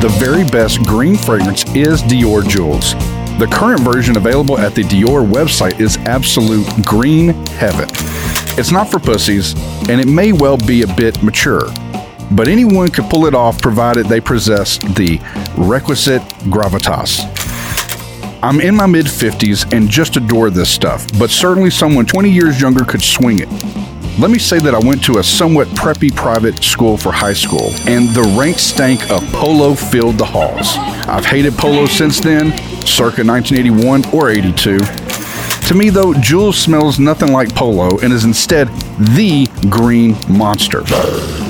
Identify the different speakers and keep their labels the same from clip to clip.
Speaker 1: the very best green fragrance is Dior Jewels. The current version available at the Dior website is absolute green heaven. It's not for pussies, and it may well be a bit mature, but anyone could pull it off provided they possess the requisite gravitas. I'm in my mid 50s and just adore this stuff, but certainly someone 20 years younger could swing it. Let me say that I went to a somewhat preppy private school for high school, and the rank stank of polo filled the halls. I've hated polo since then, circa 1981 or 82. To me, though, Jules smells nothing like polo and is instead the green monster.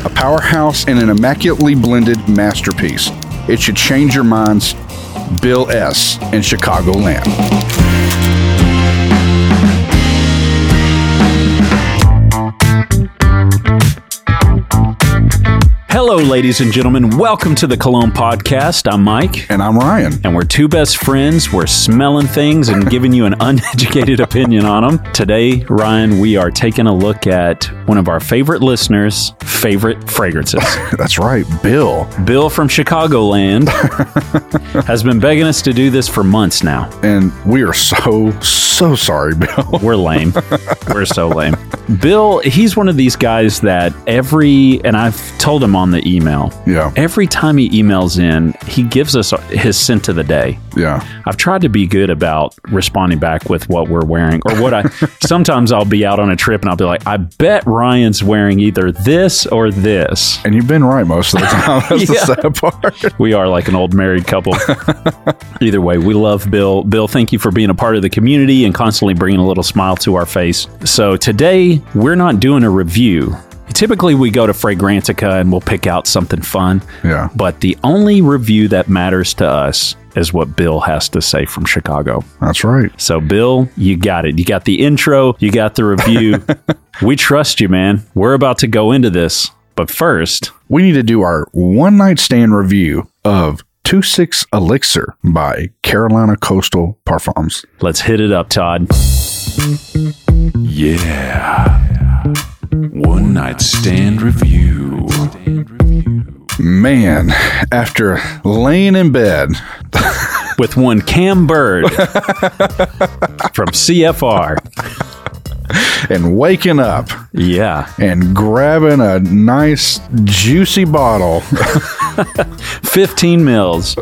Speaker 1: A powerhouse and an immaculately blended masterpiece. It should change your minds. Bill S. in Chicagoland.
Speaker 2: Hello, ladies and gentlemen. Welcome to the Cologne Podcast. I'm Mike,
Speaker 1: And I'm Ryan.
Speaker 2: and we're two best friends. We're smelling things and giving you an uneducated opinion on them. Today, Ryan, we are taking a look at one of our favorite listeners' favorite fragrances.
Speaker 1: That's right, Bill.
Speaker 2: Bill from Chicagoland has been begging us to do this for months now.
Speaker 1: And we are so, so sorry, Bill.
Speaker 2: We're lame. We're so lame. Bill, he's one of these guys that every, and I've told him on the email,
Speaker 1: Yeah.
Speaker 2: every time he emails in, he gives us his scent of the day.
Speaker 1: Yeah.
Speaker 2: I've tried to be good about responding back with what we're wearing or what I sometimes I'll be out on a trip and I'll be like, I bet Ryan's wearing either this or this.
Speaker 1: And you've been right most of the time. That's
Speaker 2: Yeah.
Speaker 1: the sad part.
Speaker 2: We are like an old married couple. Either way, we love Bill. Bill, thank you for being a part of the community and constantly bringing a little smile to our face. So today, we're not doing a review. Typically, we go to Fragrantica and we'll pick out something fun.
Speaker 1: Yeah.
Speaker 2: But the only review that matters to us is what Bill has to say from Chicago.
Speaker 1: That's right.
Speaker 2: So, Bill, you got it. You got the intro, you got the review. we trust you, man. We're about to go into this. But first,
Speaker 1: We need to do our one night stand review of 26 Elixir by Carolina Coastal Parfums.
Speaker 2: let's hit it up, Todd.
Speaker 3: One Night Stand Review.
Speaker 1: Man, after laying in bed,
Speaker 2: with one Cam Bird from CFR.
Speaker 1: and waking up
Speaker 2: Yeah.
Speaker 1: and grabbing a nice juicy bottle.
Speaker 2: 15 mils.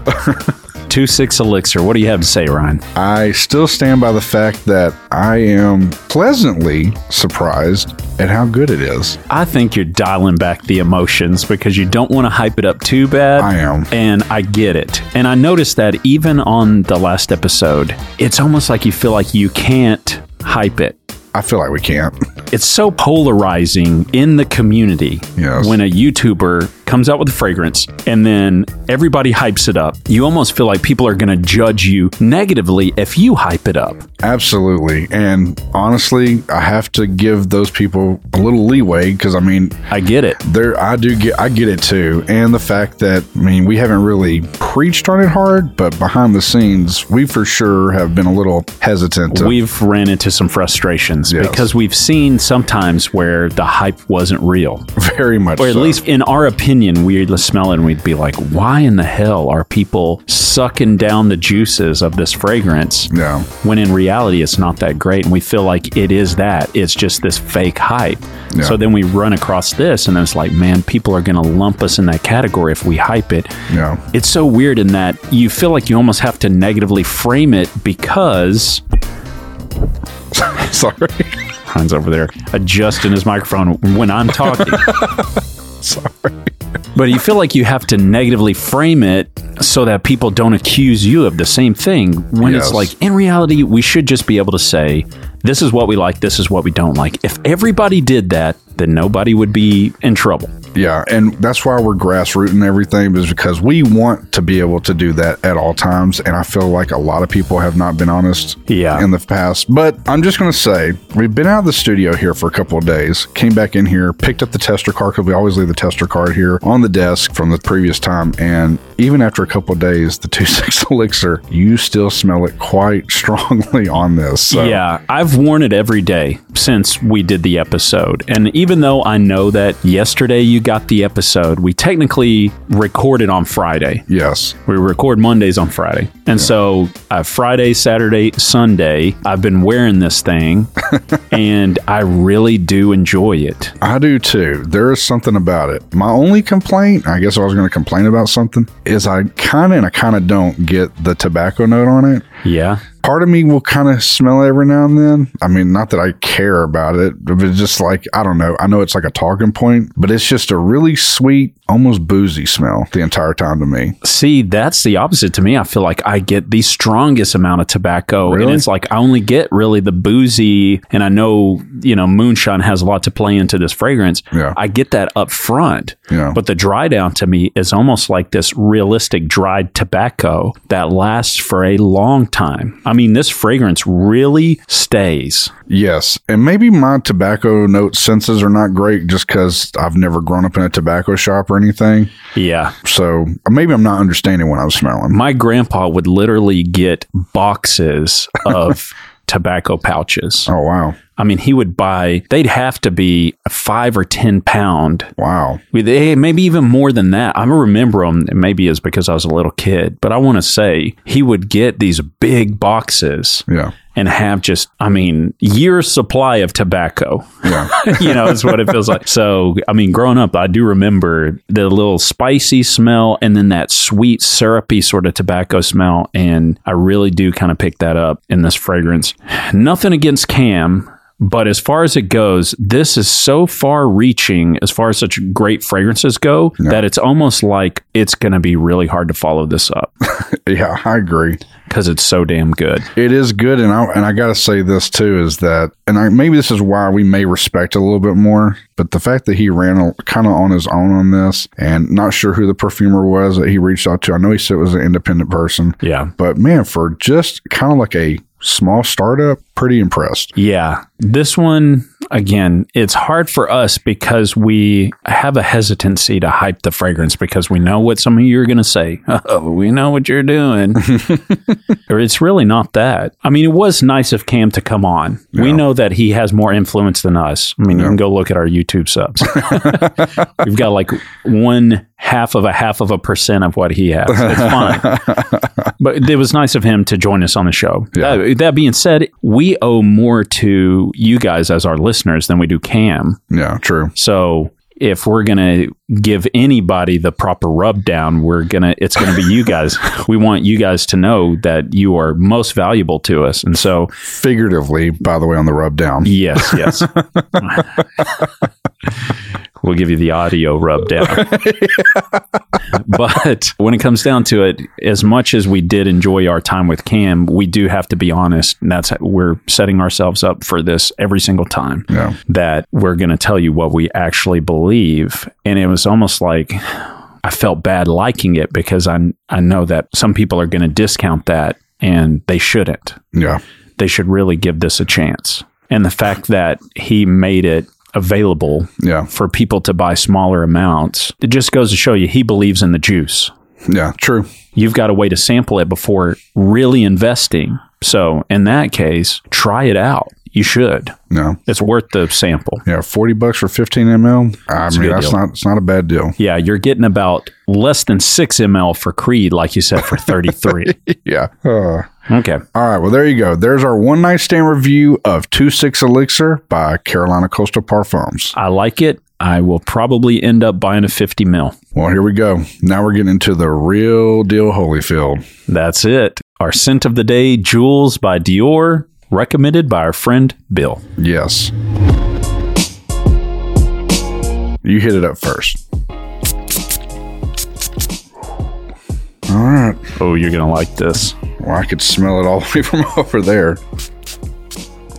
Speaker 2: 2 6 elixir. What do you have to say, Ryan?
Speaker 1: I still stand by the fact that I am pleasantly surprised at how good it is.
Speaker 2: I think you're dialing back the emotions because you don't want to hype it up too bad.
Speaker 1: I am.
Speaker 2: And I get it. And I noticed that even on the last episode, it's almost like you feel like you can't hype it.
Speaker 1: I feel like we can't.
Speaker 2: it's so polarizing in the community
Speaker 1: Yes.
Speaker 2: when a YouTuber comes out with a fragrance and then everybody hypes it up. You almost feel like people are going to judge you negatively if you hype it up.
Speaker 1: Absolutely. And honestly, I have to give those people a little leeway because I mean,
Speaker 2: I get it.
Speaker 1: there I do get I get it too. And the fact that I mean, we haven't really preached on it hard, but behind the scenes, we for sure have been a little hesitant to
Speaker 2: We've ran into some frustrations
Speaker 1: Yes.
Speaker 2: because we've seen sometimes where the hype wasn't real.
Speaker 1: very much
Speaker 2: Or at
Speaker 1: so.
Speaker 2: least in our opinion, we'd smell it and we'd be like, why in the hell are people sucking down the juices of this fragrance?
Speaker 1: yeah.
Speaker 2: when in reality it's not that great and we feel like it is that it's just this fake hype
Speaker 1: Yeah.
Speaker 2: so then we run across this and then it's like man people are going to lump us in that category if we hype it
Speaker 1: Yeah.
Speaker 2: it's so weird in that you feel like you almost have to negatively frame it because
Speaker 1: Sorry.
Speaker 2: Hans over there adjusting his microphone when I'm talking.
Speaker 1: Sorry.
Speaker 2: But you feel like you have to negatively frame it so that people don't accuse you of the same thing when
Speaker 1: Yes.
Speaker 2: it's like, in reality, we should just be able to say, this is what we like, this is what we don't like. If everybody did that, then nobody would be in trouble.
Speaker 1: Yeah, and that's why we're grassrooting everything is because we want to be able to do that at all times. And I feel like a lot of people have not been honest
Speaker 2: Yeah.
Speaker 1: in the past. But I'm just going to say we've been out of the studio here for a couple of days, came back in here, picked up the tester card because we always leave the tester card here on the desk from the previous time. And even after a couple of days, the 2-6 elixir, you still smell it quite strongly on this. So,
Speaker 2: Yeah, I've worn it every day since we did the episode. And even though I know that yesterday you you got the episode, we technically recorded on Friday.
Speaker 1: Yes.
Speaker 2: We record Mondays on Friday. And so uh, Friday, Saturday, Sunday, I've been wearing this thing and I really do enjoy it.
Speaker 1: I do too. There is something about it. My only complaint, I guess I was going to complain about something, is I kind of and I kind of don't get the tobacco note on it.
Speaker 2: Yeah.
Speaker 1: Part of me will kind of smell it every now and then. I mean, not that I care about it, but it's just like, I don't know. I know it's like a talking point, but it's just a really sweet, almost boozy smell the entire time to me.
Speaker 2: See, that's the opposite to me. I feel like I get the strongest amount of tobacco.
Speaker 1: Really?
Speaker 2: And it's like I only get really the boozy. And I know, you know, moonshine has a lot to play into this fragrance.
Speaker 1: Yeah.
Speaker 2: I get that up front.
Speaker 1: Yeah.
Speaker 2: But the dry down to me is almost like this realistic dried tobacco that lasts for a long time. I mean, this fragrance really stays.
Speaker 1: Yes. And maybe my tobacco note senses are not great just because I've never grown up in a tobacco shop or anything.
Speaker 2: Yeah.
Speaker 1: So maybe I'm not understanding what I'm smelling.
Speaker 2: My grandpa would literally get boxes of tobacco pouches.
Speaker 1: Oh, wow.
Speaker 2: I mean, he would buy, they'd have to be five or 10 pound.
Speaker 1: Wow.
Speaker 2: We- they- Maybe even more than that. I remember him. Maybe it's because I was a little kid, but I want to say he would get these big boxes
Speaker 1: Yeah.
Speaker 2: and have just, I mean, year's supply of tobacco.
Speaker 1: Yeah.
Speaker 2: you know, is what it feels like. So, I mean, growing up, I do remember the little spicy smell and then that sweet, syrupy sort of tobacco smell. And I really do kind of pick that up in this fragrance. Nothing against Cam. But as far as it goes, this is so far reaching as far as such great fragrances go that it's almost like it's going to be really hard to follow this up
Speaker 1: yeah. I agree.
Speaker 2: because it's so damn good.
Speaker 1: It is good, and I and I gotta say this too is that, and I, maybe this is why we may respect it a little bit more. But the fact that he ran kind of on his own on this, and not sure who the perfumer was that he reached out to. I know he said it was an independent person,
Speaker 2: Yeah.
Speaker 1: but man, for just kind of like a small startup, pretty impressed.
Speaker 2: Yeah. This one, again, it's hard for us because we have a hesitancy to hype the fragrance because we know what some of you are going to say. Oh, we know what you're doing. or it's really not that. I mean, it was nice of Cam to come on. We know that he has more influence than us. I mean, you can go look at our YouTube subs. We've got like one half of a half of a percent of what he has. It's fine. But it was nice of him to join us on the show. Uh, that being said, we owe more to you guys as our listeners than we do Cam.
Speaker 1: Yeah, true.
Speaker 2: So if we're gonna give anybody the proper rub down, we're gonna it's gonna be you guys. we want you guys to know that you are most valuable to us. And so
Speaker 1: Figuratively, by the way, on the rub down.
Speaker 2: yes, yes. we'll give you the audio rub down. but when it comes down to it, as much as we did enjoy our time with Cam, we do have to be honest. And that's we're setting ourselves up for this every single time
Speaker 1: Yeah.
Speaker 2: that we're going to tell you what we actually believe. And it was almost like I felt bad liking it because I, I know that some people are going to discount that and they shouldn't
Speaker 1: Yeah.
Speaker 2: they should really give this a chance. And the fact that he made it available
Speaker 1: Yeah.
Speaker 2: for people to buy smaller amounts, it just goes to show you he believes in the juice.
Speaker 1: Yeah. True.
Speaker 2: You've got a way to sample it before really investing. So, in that case, try it out. You should.
Speaker 1: No.
Speaker 2: It's worth the sample.
Speaker 1: Yeah. Forty bucks for fifteen ml. I mean,
Speaker 2: good
Speaker 1: that's
Speaker 2: deal.
Speaker 1: not it's not a bad deal.
Speaker 2: Yeah, you're getting about less than 6 ml for Creed, like you said, for 33.
Speaker 1: Yeah. Uh,
Speaker 2: okay.
Speaker 1: All right, well, there you go. There's our one night stand review of 2-6 Elixir by Carolina Coastal Parfums.
Speaker 2: I like it. I will probably end up buying a 50 mil.
Speaker 1: Well, here we go. Now we're getting into the real deal Holyfield.
Speaker 2: That's it. Our scent of the day, Jewels by Dior, recommended by our friend Bill.
Speaker 1: Yes. You hit it up first. All right.
Speaker 2: Oh, you're going to like this.
Speaker 1: Well, I could smell it all the way from over there.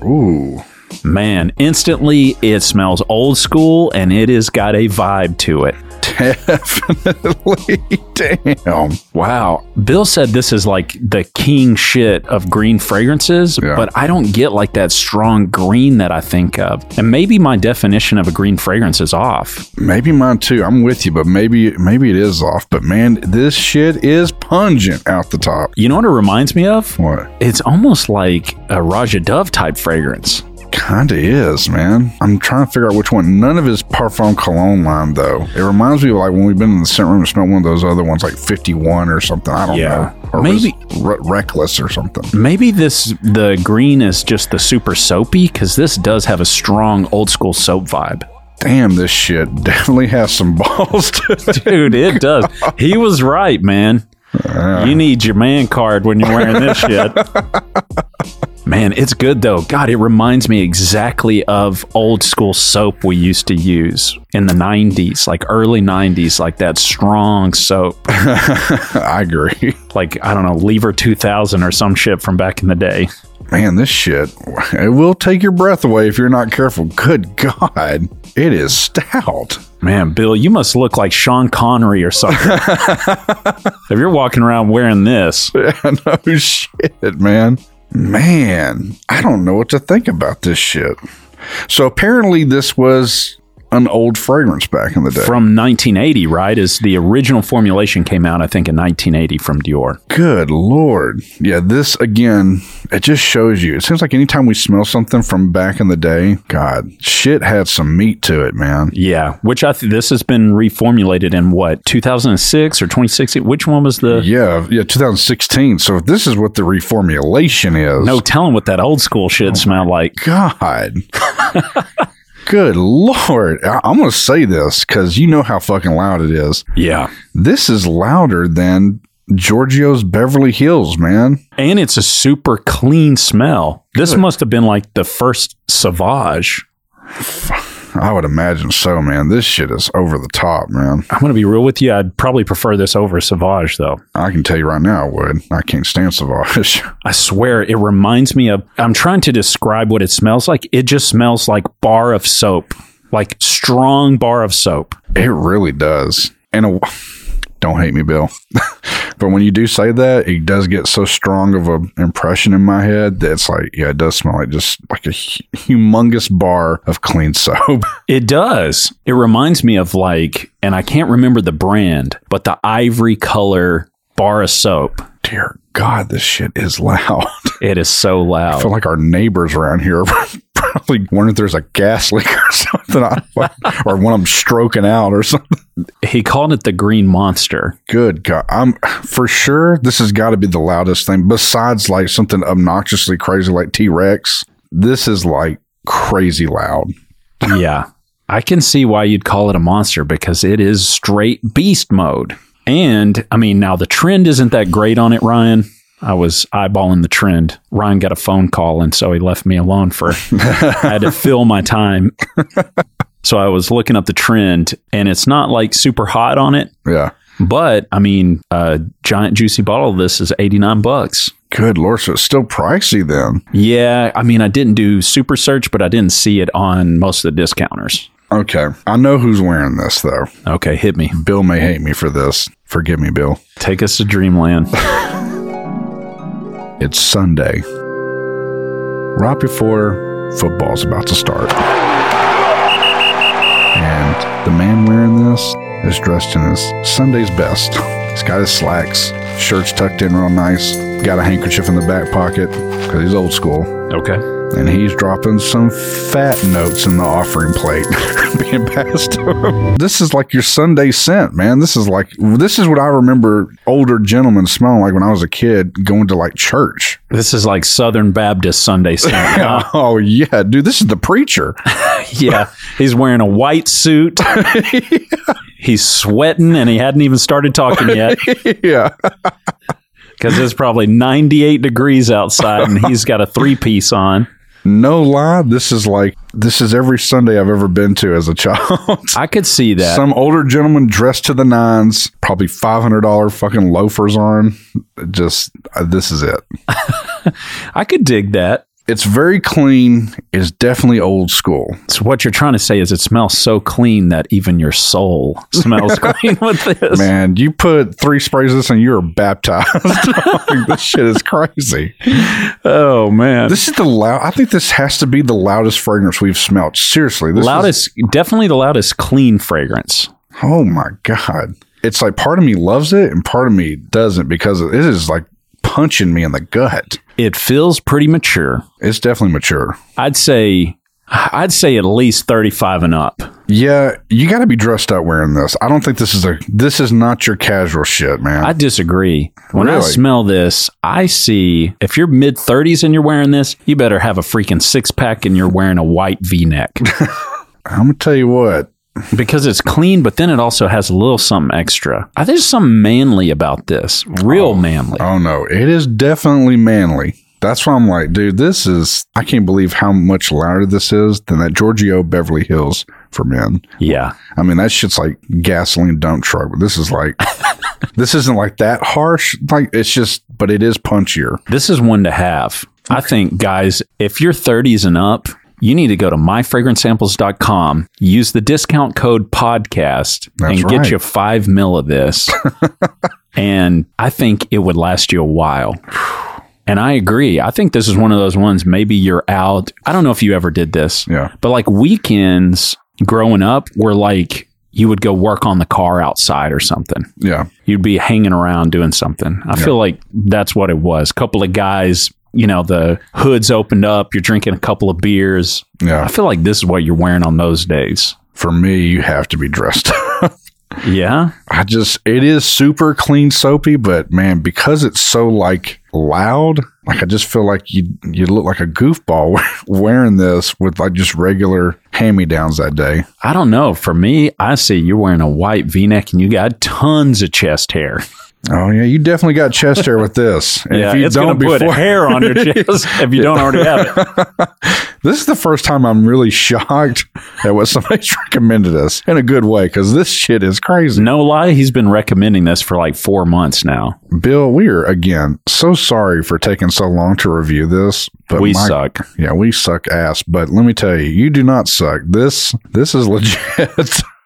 Speaker 1: Ooh.
Speaker 2: Man, instantly it smells old school and it has got a vibe to it.
Speaker 1: Definitely. Damn.
Speaker 2: Wow. Bill said this is like the king shit of green fragrances,
Speaker 1: Yeah.
Speaker 2: but I don't get like that strong green that I think of. And maybe my definition of a green fragrance is off.
Speaker 1: Maybe mine too. I'm with you, but maybe maybe it is off. But man, this shit is pungent out the top.
Speaker 2: You know what it reminds me of?
Speaker 1: What?
Speaker 2: It's almost like a Raja Dove type fragrance.
Speaker 1: Kinda is, man. I'm trying to figure out which one. None of his Parfum Cologne line, though. It reminds me of like when we've been in the scent room and smelled one of those other ones, like 51 or something. I don't
Speaker 2: Yeah.
Speaker 1: know. Or
Speaker 2: Maybe-
Speaker 1: was Re- Reckless or something.
Speaker 2: Maybe this the green is just the super soapy because this does have a strong old school soap vibe.
Speaker 1: Damn, this shit definitely has some balls to it.
Speaker 2: Dude, it does. He was right, man. You need your man card when you're wearing this shit. Man, it's good though. God, it reminds me exactly of old school soap we used to use in the 90s, like early 90s, like that strong soap,
Speaker 1: I agree.
Speaker 2: like, I don't know, Lever 2000 or some shit from back in the day.
Speaker 1: Man, this shit, it will take your breath away if you're not careful. Good God. It is stout.
Speaker 2: Man, Bill, you must look like Sean Connery or something. if you're walking around wearing this,
Speaker 1: no Oh, shit, man. Man, I don't know what to think about this shit. So apparently, this was an old fragrance back in the day.
Speaker 2: from 1980, right? Is the original formulation came out, I think, in 1980 from Dior.
Speaker 1: Good lord. Yeah, this again, it just shows you. It seems like anytime we smell something from back in the day, God, shit had some meat to it, man.
Speaker 2: Yeah, which I th- this has been reformulated in what 2006 or 2016. Which one was the?
Speaker 1: Yeah, yeah, 2016. So if this is what the reformulation is.
Speaker 2: No telling what that old school shit smelled like.
Speaker 1: God. Good lord. I- I'm going to say this because you know how fucking loud it is.
Speaker 2: Yeah,
Speaker 1: this is louder than Giorgio's Beverly Hills, man.
Speaker 2: and it's a super clean smell. This must have been like the first Sauvage.
Speaker 1: I would imagine so, man. This shit is over the top, man.
Speaker 2: I'm gonna be real with you. I'd probably prefer this over Sauvage though.
Speaker 1: I can tell you right now, I would. I can't stand Savage.
Speaker 2: I swear it reminds me of I'm trying to describe what it smells like. It just smells like bar of soap. Like strong bar of soap.
Speaker 1: It really does. And a, don't hate me, Bill. but when you do say that, it does get so strong of an impression in my head that it's like, yeah, it does smell like just like a hu- humongous bar of clean soap.
Speaker 2: It does. It reminds me of like and I can't remember the brand, but the ivory color bar of soap.
Speaker 1: Dear God, this shit is loud.
Speaker 2: It is so
Speaker 1: I feel
Speaker 2: loud.
Speaker 1: like our neighbors around here are probably wondering if there's a gas leak or something, I- or one of them stroking out or something.
Speaker 2: He called it the green monster.
Speaker 1: Good God, I'm for sure this has got to be the loudest thing besides like something obnoxiously crazy like T Rex. This is like crazy loud.
Speaker 2: yeah. I can see why you'd call it a monster because it is straight beast mode. And I mean, now the trend isn't that great on it, Ryan. I was eyeballing the trend. Ryan got a phone call, and so he left me alone for. I had to fill my time. So I was looking up the trend, and it's not like super hot on it,
Speaker 1: Yeah.
Speaker 2: but I mean, a giant juicy bottle of this is 89 bucks.
Speaker 1: Good Lord, so it's still pricey then.
Speaker 2: Yeah, I mean, I didn't do super search, but I didn't see it on most of the discounters.
Speaker 1: Okay, I know who's wearing this though.
Speaker 2: Okay, hit me.
Speaker 1: Bill may hate me for this. Forgive me, Bill.
Speaker 2: Take us to dreamland.
Speaker 1: It's Sunday, right before football's about to start. And the man wearing this is dressed in his Sunday's best. He's got his slacks, shirt's tucked in real nice, got a handkerchief in the back pocket because he's old school.
Speaker 2: Okay.
Speaker 1: And he's dropping some fat notes in the offering plate being passed to him. This is like your Sunday scent, man. This is like, this is what I remember older gentlemen smelling like when I was a kid going to like church.
Speaker 2: This is like Southern Baptist Sunday scent. huh?
Speaker 1: Oh yeah, dude, this is the preacher.
Speaker 2: yeah. He's wearing a white suit. He's sweating and he hadn't even started talking yet
Speaker 1: yeah.
Speaker 2: because it's probably 98 degrees outside and he's got a three piece on.
Speaker 1: No lie, this is like this is every Sunday I've ever been to as a child.
Speaker 2: I could see that.
Speaker 1: Some older gentleman dressed to the nines, probably five hundred dollar fucking loafers on. Just uh, this is it.
Speaker 2: I could dig that.
Speaker 1: It's very clean. It's definitely old school.
Speaker 2: So what you're trying to say is it smells so clean that even your soul smells clean with this.
Speaker 1: Man, you put three sprays of this and you're baptized. Like, this shit is crazy.
Speaker 2: Oh man.
Speaker 1: This is the loud. I think this has to be the loudest fragrance we've smelt. Seriously, this is-
Speaker 2: loudest definitely the loudest clean fragrance.
Speaker 1: Oh my God. It's like part of me loves it and part of me doesn't because it is like punching me in the gut.
Speaker 2: It feels pretty mature.
Speaker 1: It's definitely mature.
Speaker 2: I'd say I'd say at least 35 and up.
Speaker 1: Yeah, you got to be dressed up wearing this. I don't think this is a this is not your casual shit, man.
Speaker 2: I disagree. When I
Speaker 1: Really?
Speaker 2: smell this, I see if you're mid 30s and you're wearing this, you better have a freaking six pack and you're wearing a white v neck
Speaker 1: I'm gonna tell you what.
Speaker 2: because it's clean, but then it also has a little something extra. I, there's some manly about this, real manly.
Speaker 1: Oh no, it is definitely manly. That's why I'm like, dude, this is. I can't believe how much louder this is than that Giorgio Beverly Hills for men.
Speaker 2: Yeah.
Speaker 1: I mean, that shit's like gasoline dump truck, but this is like, this isn't like that harsh. Like, it's just, but it is punchier.
Speaker 2: This is one to have. I think, guys, if you're 30s and up, you need to go to myfragrancesamples.com, use the discount code podcast,
Speaker 1: That's
Speaker 2: and get
Speaker 1: right.
Speaker 2: you five mil of this. and I think it would last you a while. And I agree. I think this is one of those ones. Maybe you're out. I don't know if you ever did this.
Speaker 1: Yeah.
Speaker 2: But like weekends growing up were like you would go work on the car outside or something
Speaker 1: Yeah.
Speaker 2: you'd be hanging around doing something. I feel like that's what it was. Couple of guys, you know, the hoods opened up, you're drinking a couple of beers. I
Speaker 1: Yeah.
Speaker 2: feel like this is what you're wearing on those days.
Speaker 1: For me, you have to be dressed.
Speaker 2: Yeah.
Speaker 1: I just, it is super clean, soapy, but man, because it's so like loud, like I just feel like you, you look like a goofball wearing this with like just regular hand me downs that day.
Speaker 2: I don't know. For me, I see you're wearing a white v neck and you got tons of chest hair.
Speaker 1: Oh, yeah. You definitely got chest hair with this. And
Speaker 2: yeah. it's going to put hair on your chest if you don't already have it.
Speaker 1: This is the first time I'm really shocked at what somebody's recommended us in a good way because this shit is crazy.
Speaker 2: No lie, he's been recommending this for like four months now.
Speaker 1: Bill, we are again so sorry for taking so long to review this, but
Speaker 2: we
Speaker 1: my-
Speaker 2: suck.
Speaker 1: Yeah, we suck ass. But let me tell you, you do not suck. This this is legit.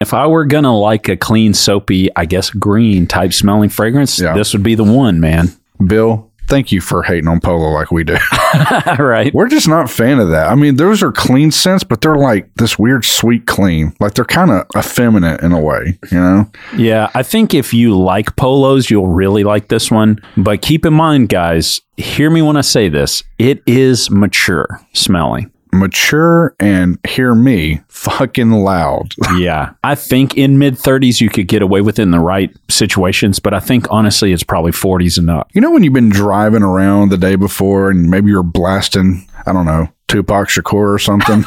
Speaker 2: If I were going to like a clean, soapy, I guess green type smelling fragrance,
Speaker 1: Yeah.
Speaker 2: this would be the one, man.
Speaker 1: Bill, thank you for hating on polo like we do.
Speaker 2: All right.
Speaker 1: We're just not a fan of that. I mean, those are clean scents, but they're like this weird sweet clean. Like they're kind of effeminate in a way, you know?
Speaker 2: Yeah, I think if you like polos, you'll really like this one. But keep in mind, guys, hear me when I say this it is mature smelling.
Speaker 1: Mature and hear me fucking loud.
Speaker 2: Yeah. I think in mid 30s, you could get away with it in the right situations. But I think honestly, it's probably 40s and up.
Speaker 1: You know when you've been driving around the day before and maybe you're blasting, I don't know, Tupac Shakur or something,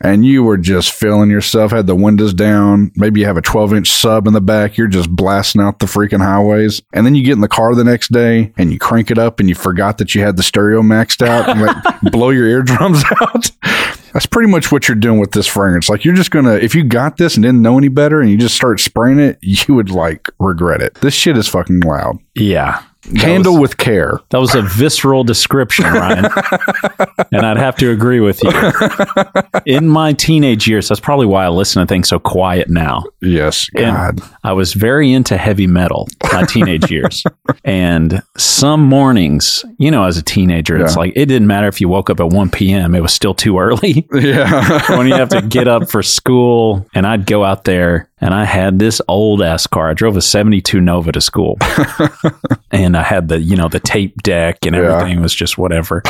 Speaker 1: and you were just feeling yourself, had the windows down, maybe you have a 12 inch sub in the back, you're just blasting out the freaking highways, and then you get in the car the next day and you crank it up and you forgot that you had the stereo maxed out and like blow your eardrums out. That's pretty much what you're doing with this fragrance. Like you're just gonna, if you got this and didn't know any better and you just start spraying it, you would like regret it. This shit is fucking loud.
Speaker 2: Yeah.
Speaker 1: Handle with care.
Speaker 2: That was a visceral description, Ryan. and I'd have to agree with you. In my teenage years, that's probably why I listen to things so quiet now.
Speaker 1: Yes, God.
Speaker 2: And I was very into heavy metal my teenage years. And some mornings, you know, as a teenager, it's
Speaker 1: Yeah.
Speaker 2: like it didn't matter if you woke up at 1 p.m., it was still too early
Speaker 1: yeah.
Speaker 2: when you have to get up for school. And I'd go out there and I had this old ass car. I drove a 72 Nova to school. and I had the, you know, the tape deck and
Speaker 1: Yeah.
Speaker 2: everything was just whatever.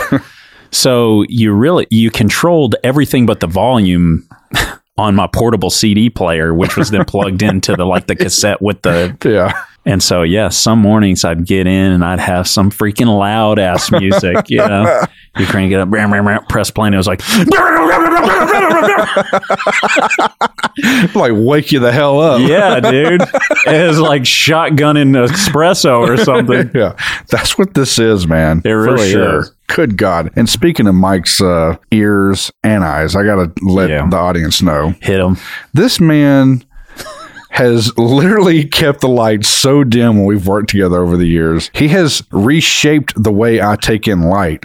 Speaker 2: so you really, you controlled everything but the volume. On my portable CD player, which was then plugged into the like the cassette with the
Speaker 1: yeah.
Speaker 2: and so, yeah, some mornings I'd get in and I'd have some freaking loud ass music, you know. You crank it up, bam, bam, bam, press play, and it was like,
Speaker 1: Like wake you the hell up.
Speaker 2: yeah, dude. It was like shotgun and espresso or something.
Speaker 1: Yeah. That's what this is, man.
Speaker 2: It really is.
Speaker 1: Good God. And speaking of Mike's uh, ears and eyes, I got to let
Speaker 2: Yeah.
Speaker 1: the audience know
Speaker 2: Hit him.
Speaker 1: this man has literally kept the lights so dim when we've worked together over the years. He has reshaped the way I take in light.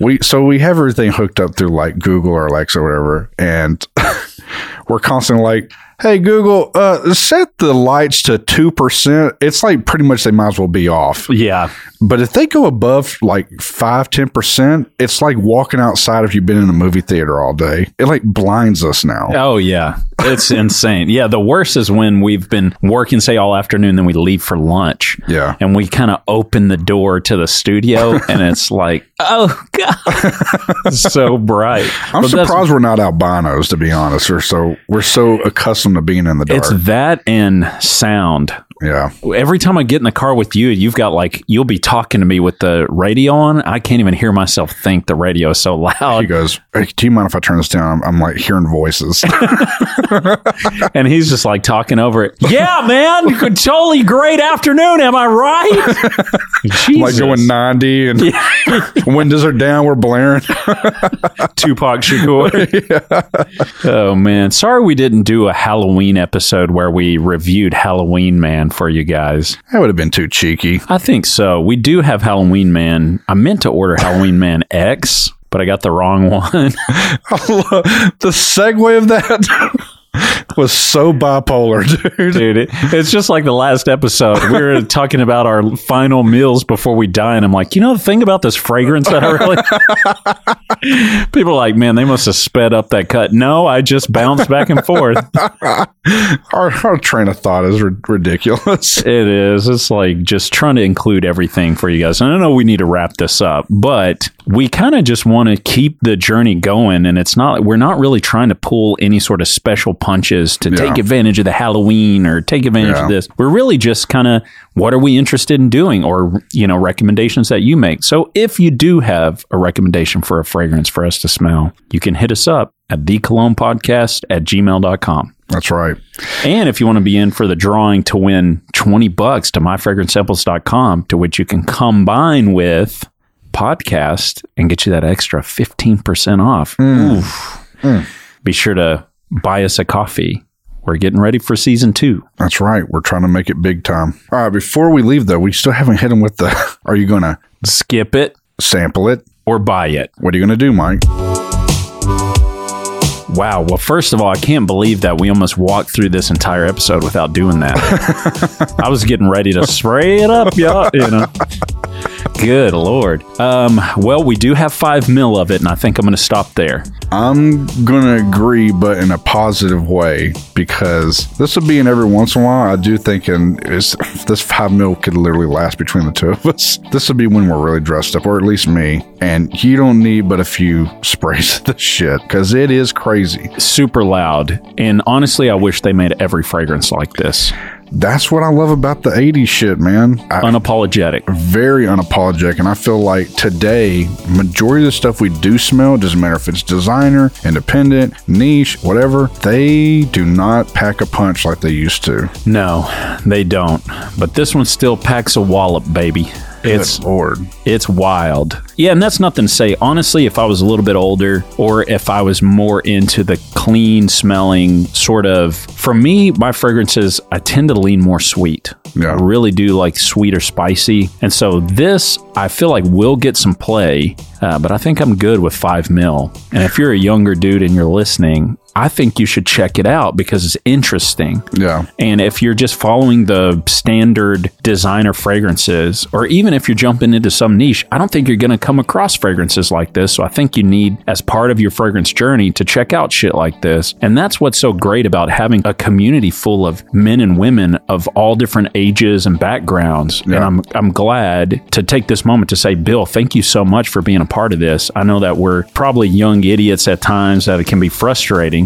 Speaker 1: we so we have everything hooked up through like Google or Alexa or whatever, and we're constantly like, hey, Google, uh, set the lights to 2%. It's like pretty much they might as well be off.
Speaker 2: Yeah.
Speaker 1: But if they go above like 5 10%, it's like walking outside if you've been in a movie theater all day. It like blinds us now.
Speaker 2: Oh yeah, it's insane. Yeah, the worst is when we've been working say all afternoon, then we leave for lunch.
Speaker 1: Yeah.
Speaker 2: and we kind of open the door to the studio, and it's like, oh god, so bright.
Speaker 1: I'm
Speaker 2: But that's-
Speaker 1: surprised we're not albinos, to be honest. We're so we're so accustomed to being in the dark.
Speaker 2: It's that and sound.
Speaker 1: yeah,
Speaker 2: Every time I get in the car with you, you've got like you'll be talking to me with the radio on. I can't even hear myself think. The radio is so
Speaker 1: he
Speaker 2: loud,
Speaker 1: goes. Hey, do you mind if I turn this down? I'm, I'm like hearing voices.
Speaker 2: and he's just like talking over it. Yeah, man, totally great afternoon. Am I right?
Speaker 1: like going 90 and windows are down. We're blaring.
Speaker 2: Tupac Shakur. Oh man, sorry we didn't do a Halloween episode where we reviewed Halloween Man for you guys.
Speaker 1: That would have been too cheeky.
Speaker 2: I think so. We do have Halloween Man. I meant to order Halloween Man X, but I got the wrong one.
Speaker 1: the segue of that was so bipolar, dude.
Speaker 2: Dude, it, it's just like the last episode. We were talking about our final meals before we die, and I'm like, you know, the thing about this fragrance that I really. People are like, man, they must have sped up that cut. No, I just bounced back and forth.
Speaker 1: Our, our train of thought is ri- ridiculous.
Speaker 2: It is. It's like just trying to include everything for you guys. And I know we need to wrap this up, but we kind of just want to keep the journey going. And it's not, we're not really trying to pull any sort of special punches to take advantage of the Halloween or take advantage
Speaker 1: Yeah.
Speaker 2: of this. We're really just kind of what are we interested in doing or, you know, recommendations that you make. So if you do have a recommendation for a fragrance for us to smell, you can hit us up at the cologne podcast at gmail.com.
Speaker 1: That's right.
Speaker 2: And if you want to be in for the drawing to win 20 bucks to myfragrancesamples.com, to which you can combine with podcast and get you that extra 15% off. Oof. Be sure to buy us a coffee. We're getting ready for season two.
Speaker 1: That's right. We're trying to make it big time. All right. Before we leave, though, we still haven't hit him with the. Are you going to
Speaker 2: Skip it
Speaker 1: sample it?
Speaker 2: or buy it.
Speaker 1: What are you going to do, Mike?
Speaker 2: Wow. Well, first of all, I can't believe that we almost walked through this entire episode without doing that. I was getting ready to spray it up, y'all. You know. Good lord. Um, well, we do have five mil of it, and I think I'm going to stop there.
Speaker 1: I'm going to agree, but in a positive way, because this will be in every once in a while. I do think, and it's, this five mil could literally last between the two of us. This will be when we're really dressed up, or at least me. And you don't need but a few sprays of this shit, because it is crazy.
Speaker 2: Super loud, and honestly, I wish they made every fragrance like this.
Speaker 1: That's what I love about the 80s shit, man. I,
Speaker 2: Unapologetic.
Speaker 1: very unapologetic and i feel like today majority of the stuff we do smell doesn't matter if it's designer independent niche whatever they do not pack a punch like they used to
Speaker 2: No, they don't. But this one still packs a wallop, baby. It's
Speaker 1: Good lord
Speaker 2: It's wild. Yeah, and that's nothing to say. Honestly, if I was a little bit older or if I was more into the clean smelling sort of, for me, my fragrances, I tend to lean more sweet.
Speaker 1: Yeah.
Speaker 2: I really do like sweet or spicy. And so this, I feel like will get some play, uh, but I think I'm good with five mil. And if you're a younger dude and you're listening, I think you should check it out because it's interesting.
Speaker 1: yeah
Speaker 2: And if you're just following the standard designer fragrances, or even if you're jumping into some niche, I don't think you're going to come across fragrances like this. So I think you need, as part of your fragrance journey, to check out shit like this. And that's what's so great about having a community full of men and women of all different ages and backgrounds. And I'm, I'm glad to take this moment to say, Bill, thank you so much for being a part of this. I know that we're probably young idiots at times that it can be frustrating,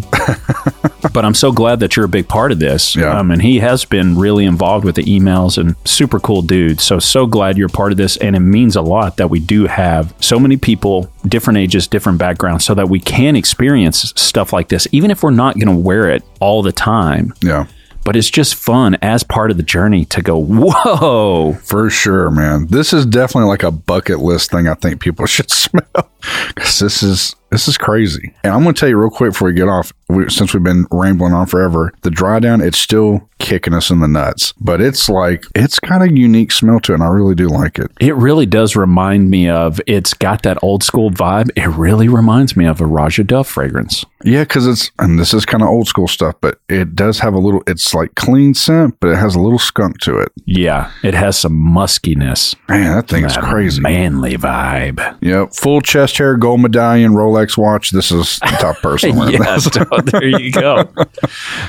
Speaker 2: but I'm so glad that you're a big part of this.
Speaker 1: Yeah.
Speaker 2: Um, and he has been really involved with the emails and super cool dude. So, so glad you're a part of this. And it means a lot that we do have so many people, different ages, different backgrounds, so that we can experience stuff like this, even if we're not going to wear it all the time.
Speaker 1: yeah
Speaker 2: But it's just fun as part of the journey to go, whoa.
Speaker 1: for sure man this is definitely like a bucket list thing i think people should smell because this is This is crazy. And I'm going to tell you real quick before we get off, we, since we've been rambling on forever, the dry down, it's still kicking us in the nuts, but it's like, it's got a unique smell to it. And I really do like it.
Speaker 2: It really does remind me of. It's got that old school vibe. It really reminds me of a Raja Dove fragrance.
Speaker 1: Yeah, because it's, and this is kind of old school stuff, but it does have a little, it's like clean scent, but it has a little skunk to it.
Speaker 2: Yeah, it has some muskiness.
Speaker 1: Man, that thing is
Speaker 2: That
Speaker 1: crazy.
Speaker 2: manly vibe.
Speaker 1: Yep. Full chest hair, gold medallion, Rolex watch. This is the top person wearing
Speaker 2: Yeah,
Speaker 1: this.
Speaker 2: so there you go.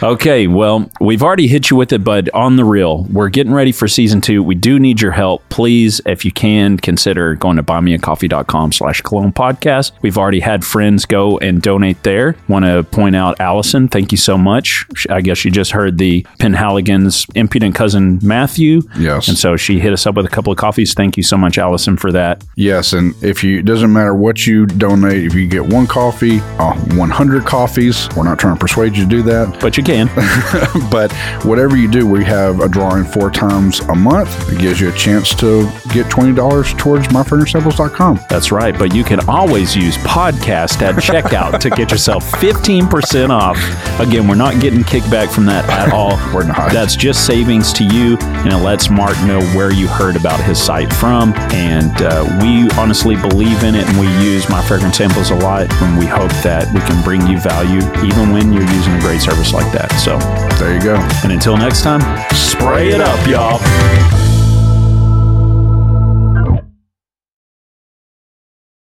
Speaker 2: Okay, well, we've already hit you with it, but on the real, we're getting ready for season two. We do need your help. Please, if you can, consider going to buymeacoffee.com slash cologne podcast. We've already had friends go and donate there. Want to point out Allison, thank you so much. She- I guess you just heard the Penhaligon's impudent cousin Matthew.
Speaker 1: Yes.
Speaker 2: And so she hit us up with a couple of coffees. Thank you so much, Allison, for that.
Speaker 1: Yes, and if you it doesn't matter what you donate, if you get one coffee, uh, 100 coffees, we're not trying to persuade you to do that,
Speaker 2: But you can.
Speaker 1: but whatever you do, we have a drawing four times a month. It gives you a chance to get $20 towards myfurnishsamples.com.
Speaker 2: That's right, but you can always use podcast at checkout to get yourself 15% off. Again, we're not getting kickback from that at all.
Speaker 1: We're not.
Speaker 2: That's just savings to you, and it lets Mark know where you heard about his site from. And uh, we honestly believe in it, and we use My Fragrance Samples a lot, and we hope that we can bring you value even when you're using a great service like that. So,
Speaker 1: There you go.
Speaker 2: and until next time, spray it up, y'all.